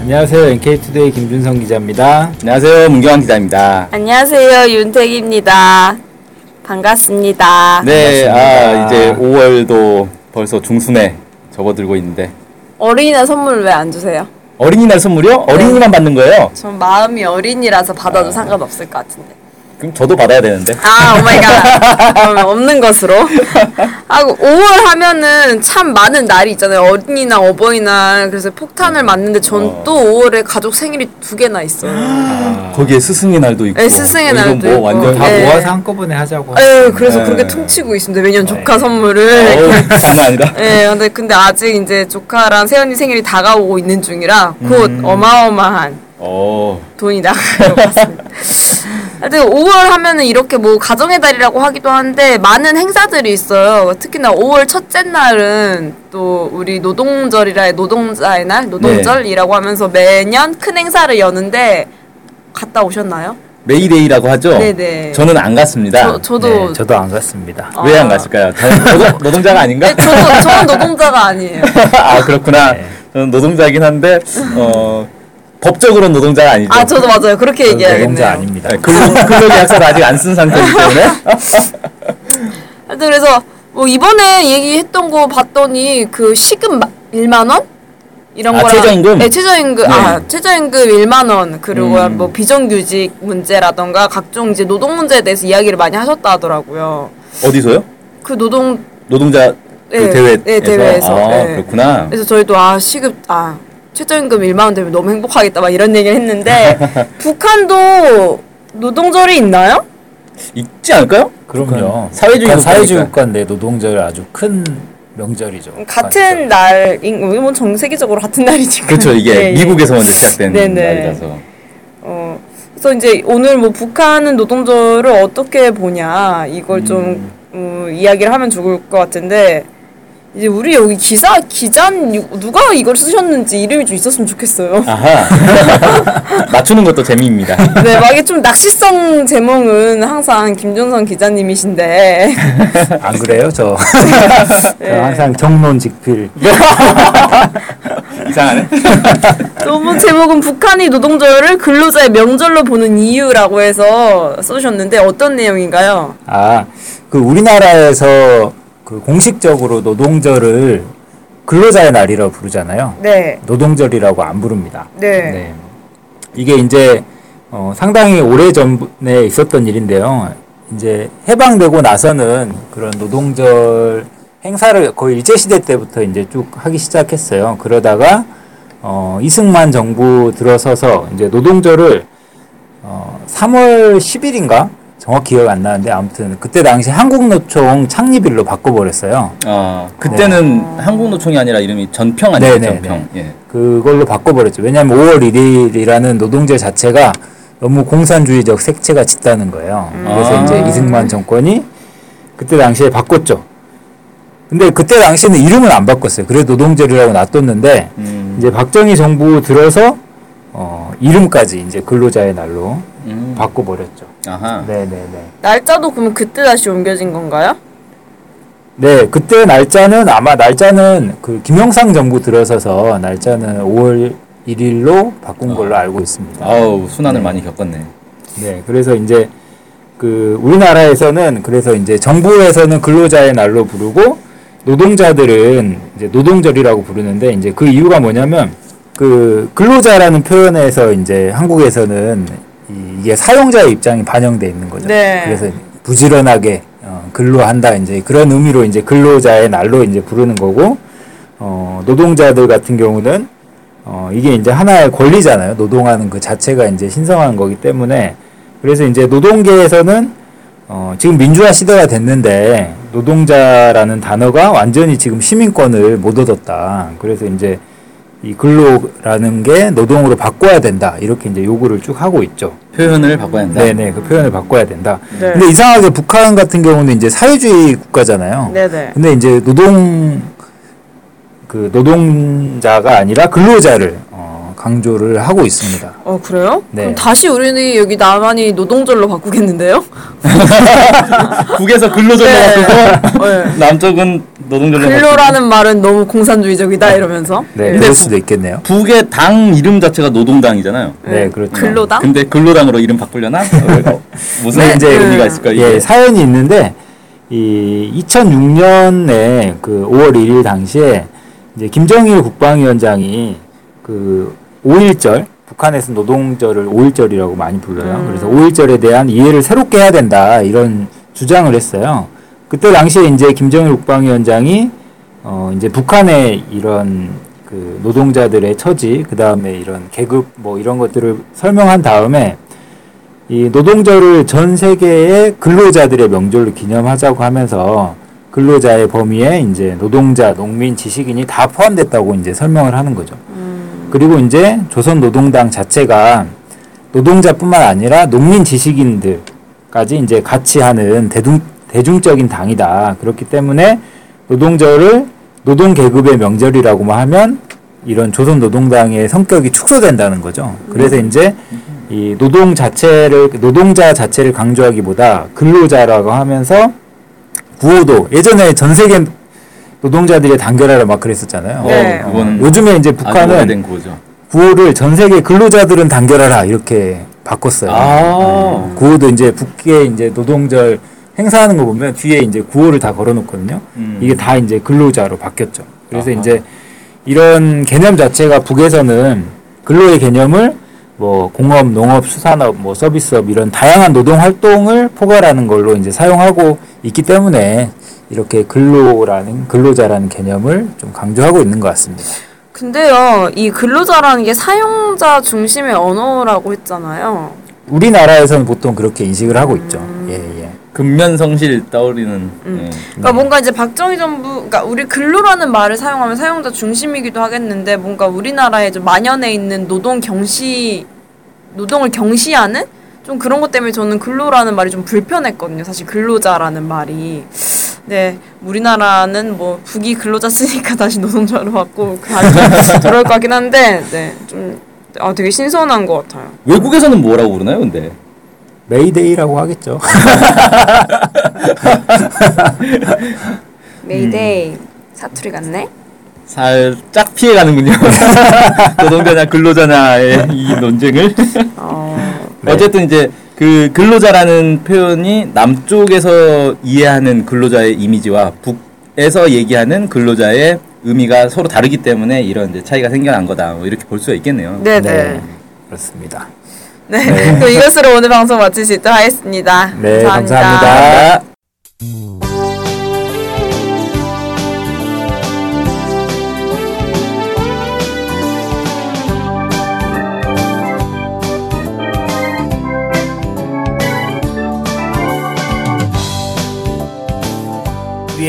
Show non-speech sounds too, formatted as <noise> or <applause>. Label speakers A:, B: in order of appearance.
A: 안녕하세요. NK투데이 김준성 기자입니다.
B: 안녕하세요. 문경환 기자입니다.
C: 안녕하세요, 윤택입니다. 반갑습니다.
B: 네,
A: 반갑습니다.
B: 아, 이제 5월도 벌써 중순에 접어들고 있는데.
C: 어린이날 선물 왜 안 주세요?
B: 어린이날 선물이요?
C: 네.
B: 어린이만 받는 거예요?
C: 전 마음이 어린이라서 받아도 상관없을 것 같은데.
B: 그럼 저도 받아야 되는데.
C: 아,
B: <laughs>
C: 오마이갓. 그러면 없는 것으로. 하고 5월 하면은 참 많은 날이 있잖아요. 어린이날, 어버이날. 그래서 폭탄을 맞는데 전
B: 어.
C: 또 5월에 가족 생일이 두 개나
B: <gasps>
C: 있어요.
B: 거기에 스승의 날도 있고.
C: 네, 스승의
B: 이건
C: 날도
B: 뭐
C: 있고.
B: 완전
A: 다
B: 다
C: 네.
A: 모아서 한꺼번에 하자고.
C: 에 예, 그래서
B: 네.
C: 그렇게 퉁치고 있습니다. 매년 조카 선물을. <laughs>
B: 어우, 장난 아니다.
C: 예, 근데, 근데 아직 이제 조카랑 세연이 생일이 다가오고 있는 중이라 곧
B: 음.
C: 어마어마한
B: 어.
C: 돈이 나갈 것 같습니다. <laughs> 하여튼 5월 하면은 이렇게 뭐 가정의 달이라고 하기도 한데 많은 행사들이 있어요. 특히나 5월 첫째 날은 또 우리 노동절이라 해- 노동자의 날, 노동절이라고 하면서 매년 큰 행사를 여는데 갔다 오셨나요?
B: 메이데이라고 하죠?
C: 네네.
B: 저는 안 갔습니다.
C: 저, 저도
A: 네, 저도 안 갔습니다.
B: 왜 안
C: 아.
B: 갔을까요? 저는
C: <laughs>
B: 노동, 노동자가 아닌가?
C: 네, 저도 저는 노동자가 아니에요.
B: <laughs> 아, 그렇구나.
A: 네.
B: 저는 노동자긴 한데, 어, 법적으로는 노동자가 아니죠.
C: 아, 저도 맞아요. 그렇게
A: 저도
C: 얘기해야겠네요.
A: 노동자 아닙니다.
B: 네, 근로, 근로계약서를 아직 안 쓴 상태이기
C: <laughs>
B: 때문에.
C: 하여튼 그래서 뭐 이번에 얘기했던 거 봤더니 그 시급 마- 1만 원 이런
B: 아,
C: 거랑
B: 최저임금?
C: 네, 최저임금 아 최저임금 1만 원 그리고
B: 음.
C: 뭐 비정규직 문제라던가 각종 이제 노동 문제에 대해서 이야기를 많이 하셨다 하더라고요.
B: 어디서요?
C: 그 노동
B: 노동자 그
C: 예,
B: 대회에서?
C: 예, 대회에서,
B: 아,
C: 예.
B: 그렇구나.
C: 그래서 저희도 아 시급 아 최저임금 1만 원 되면 너무 행복하겠다 막 이런 얘기를
B: <laughs>
C: 했는데 북한도 노동절이 있나요?
B: 있지 않을까요?
A: 그럼요.
B: 사회주의
A: 북한
B: 국가니까.
A: 사회주의 국가인데 노동절 아주 큰
C: 네.
A: 명절이죠.
C: 같은 날인 뭐전 세계적으로 같은 날이니까.
B: 아, 그렇죠. 이게
C: 예, 예.
B: 미국에서 먼저 시작된
C: 네네.
B: 날이라서.
C: 어, 그래서 이제 오늘 뭐 북한은 노동절을 어떻게 보냐 이걸 좀
A: 음.
C: 어, 이야기를 하면 좋을 것 같은데 이제 우리 여기 기사 기자 누가 이걸 쓰셨는지 이름이 좀
A: <laughs>
C: 있었으면 좋겠어요.
B: 아하. <laughs> 맞추는 것도 재미입니다.
C: 네, 막 이게 좀 낚시성 제목은 항상
A: <laughs>
C: 김준성 기자님이신데
A: 안 그래요? 저,
C: 네.
A: 저 항상 정론 직필.
B: 이상하네.
C: 너무 제목은 북한이 노동절을 근로자의 명절로 보는 이유라고 해서 쓰셨는데 어떤 내용인가요?
A: 아, 그 우리나라에서 그 공식적으로 노동절을 근로자의 날이라고 부르잖아요.
C: 네,
A: 노동절이라고 안 부릅니다.
C: 네,
A: 네. 이게 이제 어, 상당히 오래 전에 있었던 일인데요. 이제 해방되고 나서는 그런 노동절 행사를 거의 일제 시대 때부터 이제 쭉 하기 시작했어요. 그러다가 어, 이승만 정부 들어서서 이제 노동절을 어, 3월 10일인가 정확히 기억 안 나는데 아무튼 그때 당시 한국노총 창립일로 바꿔버렸어요.
B: 아, 그때는
C: 네.
B: 한국노총이 아니라 이름이 전평 아니에요?
A: 네네네.
B: 전평. 예.
A: 그걸로 바꿔버렸죠. 왜냐하면 5월 1일이라는 노동절 자체가 너무 공산주의적 색채가 짙다는 거예요. 그래서
B: 아.
A: 이제 이승만 정권이 그때 당시에 바꿨죠. 근데 그때 당시에는 이름은 안 바꿨어요. 그래 노동절이라고 놔뒀는데
B: 음.
A: 이제 박정희 정부 들어서 어, 이름까지 이제 근로자의 날로
B: 음.
A: 바꿔버렸죠.
B: 아하.
A: 네네네.
C: 날짜도 그러면 그때 다시 옮겨진 건가요?
A: 네, 그때 날짜는 아마 날짜는 그 김영삼 정부 들어서서 날짜는 5월 1일로
B: 아.
A: 바꾼 걸로 알고 있습니다.
B: 아우, 순환을 많이 겪었네.
A: 네, 그래서 이제 그 우리나라에서는 그래서 이제 정부에서는 근로자의 날로 부르고 노동자들은 이제 노동절이라고 부르는데 이제 그 이유가 뭐냐면 그 근로자라는 표현에서 이제 한국에서는 이- 이게 사용자의 입장이 반영돼 있는 거죠.
C: 네.
A: 그래서 부지런하게 어, 근로한다 이제 그런 의미로 이제 근로자의 날로 이제 부르는 거고 어, 노동자들 같은 경우는 어, 이게 이제 하나의 권리잖아요. 노동하는 그 자체가 이제 신성한 거기 때문에 그래서 이제 노동계에서는 어, 지금 민주화 시대가 됐는데 노동자라는 단어가 완전히 지금 시민권을 못 얻었다. 그래서 이제 이 근로라는 게 노동으로 바꿔야 된다. 이렇게 이제 요구를 쭉 하고 있죠.
B: 표현을 바꿔야 한다.
A: 네네 그 표현을 바꿔야 된다.
C: 네.
A: 근데 이상하게 북한 같은 경우는 이제 사회주의 국가잖아요.
C: 네네.
A: 근데 이제 노동 그 노동자가 아니라 근로자를 어, 강조를 하고 있습니다.
C: 어 그래요?
A: 네.
C: 그럼 다시 우리는 여기 나만이 노동절로
A: <laughs>
C: 바꾸겠는데요?
B: 북에서 근로절로 바꾸고
C: 네.
B: 남쪽은 노동절로 바꾸고
C: 근로라는 말은 너무 공산주의적이다 이러면서.
A: 네,
B: 근데
A: 그럴
B: 부-
A: 수도 있겠네요.
B: 북의 당 이름 자체가 노동당이잖아요.
A: 네, 그렇죠.
C: 근로당?
B: 근데 근로당으로 이름 바꾸려나? 어, 무슨
A: 네,
B: 이제
A: 네.
B: 의미가 있을까? 이게
A: 예, 사연이 있는데 이 2006년에 그 5월 1일 당시에 이제 김정일 국방위원장이 그 5일절 북한에서 노동절을 5일절이라고 많이 불러요. 그래서 5일절에 대한 이해를 새롭게 해야 된다 이런 주장을 했어요. 그때 당시에 이제 김정일 국방위원장이 어 이제 북한의 이런 그 노동자들의 처지 그 다음에 이런 계급 뭐 이런 것들을 설명한 다음에 이 노동절을 전 세계의 근로자들의 명절로 기념하자고 하면서 근로자의 범위에 이제 노동자, 농민, 지식인이 다 포함됐다고 이제 설명을 하는 거죠. 그리고 이제 조선 노동당 자체가 노동자뿐만 아니라 농민 지식인들까지 이제 같이 하는 대중 대중적인 당이다. 그렇기 때문에 노동절을 노동 계급의 명절이라고만 하면 이런 조선 노동당의 성격이 축소된다는 거죠. 그래서 이제 이 노동 자체를 노동자 자체를 강조하기보다 근로자라고 하면서 구호도 예전에 전 세계 노동자들이 단결하라 막 그랬었잖아요.
C: 네.
B: 어, 그거는
A: 요즘에 이제
B: 아주
A: 북한은
B: 오래된 구호죠.
A: 구호를 전 세계 근로자들은 단결하라 이렇게 바꿨어요.
B: 아.
A: 구호도 이제 북계 이제 노동절 행사하는 거 보면 뒤에 이제 구호를 다 걸어놓거든요.
B: 음.
A: 이게 다 이제 근로자로 바뀌었죠. 그래서
B: 아하.
A: 이제 이런 개념 자체가 북에서는 근로의 개념을 뭐 공업, 농업, 수산업, 뭐 서비스업 이런 다양한 노동 활동을 포괄하는 걸로 이제 사용하고 있기 때문에 이렇게 근로라는 근로자라는 개념을 좀 강조하고 있는 것 같습니다.
C: 근데요, 이 근로자라는 게 사용자 중심의 언어라고 했잖아요.
A: 우리나라에서는 보통 그렇게 인식을 하고 있죠. 예, 예.
B: 근면성실 떠오르는 예.
C: 그러니까 뭔가 이제 박정희 정부, 그러니까 우리 근로라는 말을 사용하면 사용자 중심이기도 하겠는데 뭔가 우리나라에 좀 만연해 있는 노동 경시, 노동을 경시하는 좀 그런 것 때문에 저는 근로라는 말이 좀 불편했거든요. 사실 근로자라는 말이. 네, 우리나라는 뭐 북이 근로자 쓰니까 <laughs> 다시 노동자로 바꾸고 그 <laughs> 다시 돌아올 것 같긴 한데, 네, 좀 아, 되게 신선한 것 같아요.
B: 외국에서는 뭐라고 부르나요, 근데?
A: 메이데이라고 하겠죠. <laughs>
C: 메이데이 사투리 같네.
B: 살짝
A: <laughs>
B: 피해가는군요. <laughs> 노동자냐 근로자냐의 이 논쟁을.
C: 어,
A: 네.
B: 어쨌든 이제 그 근로자라는 표현이 남쪽에서 이해하는 근로자의 이미지와 북에서 얘기하는 근로자의 의미가 서로 다르기 때문에 이런 이제 차이가 생겨난 거다. 뭐 이렇게 볼 수가 있겠네요.
C: 네, 네.
A: 네. 그렇습니다.
C: 네. <laughs> 그럼 이것으로 오늘 방송 마칠 수 있도록 하겠습니다.
A: 네, 감사합니다.
B: 자,
D: 우리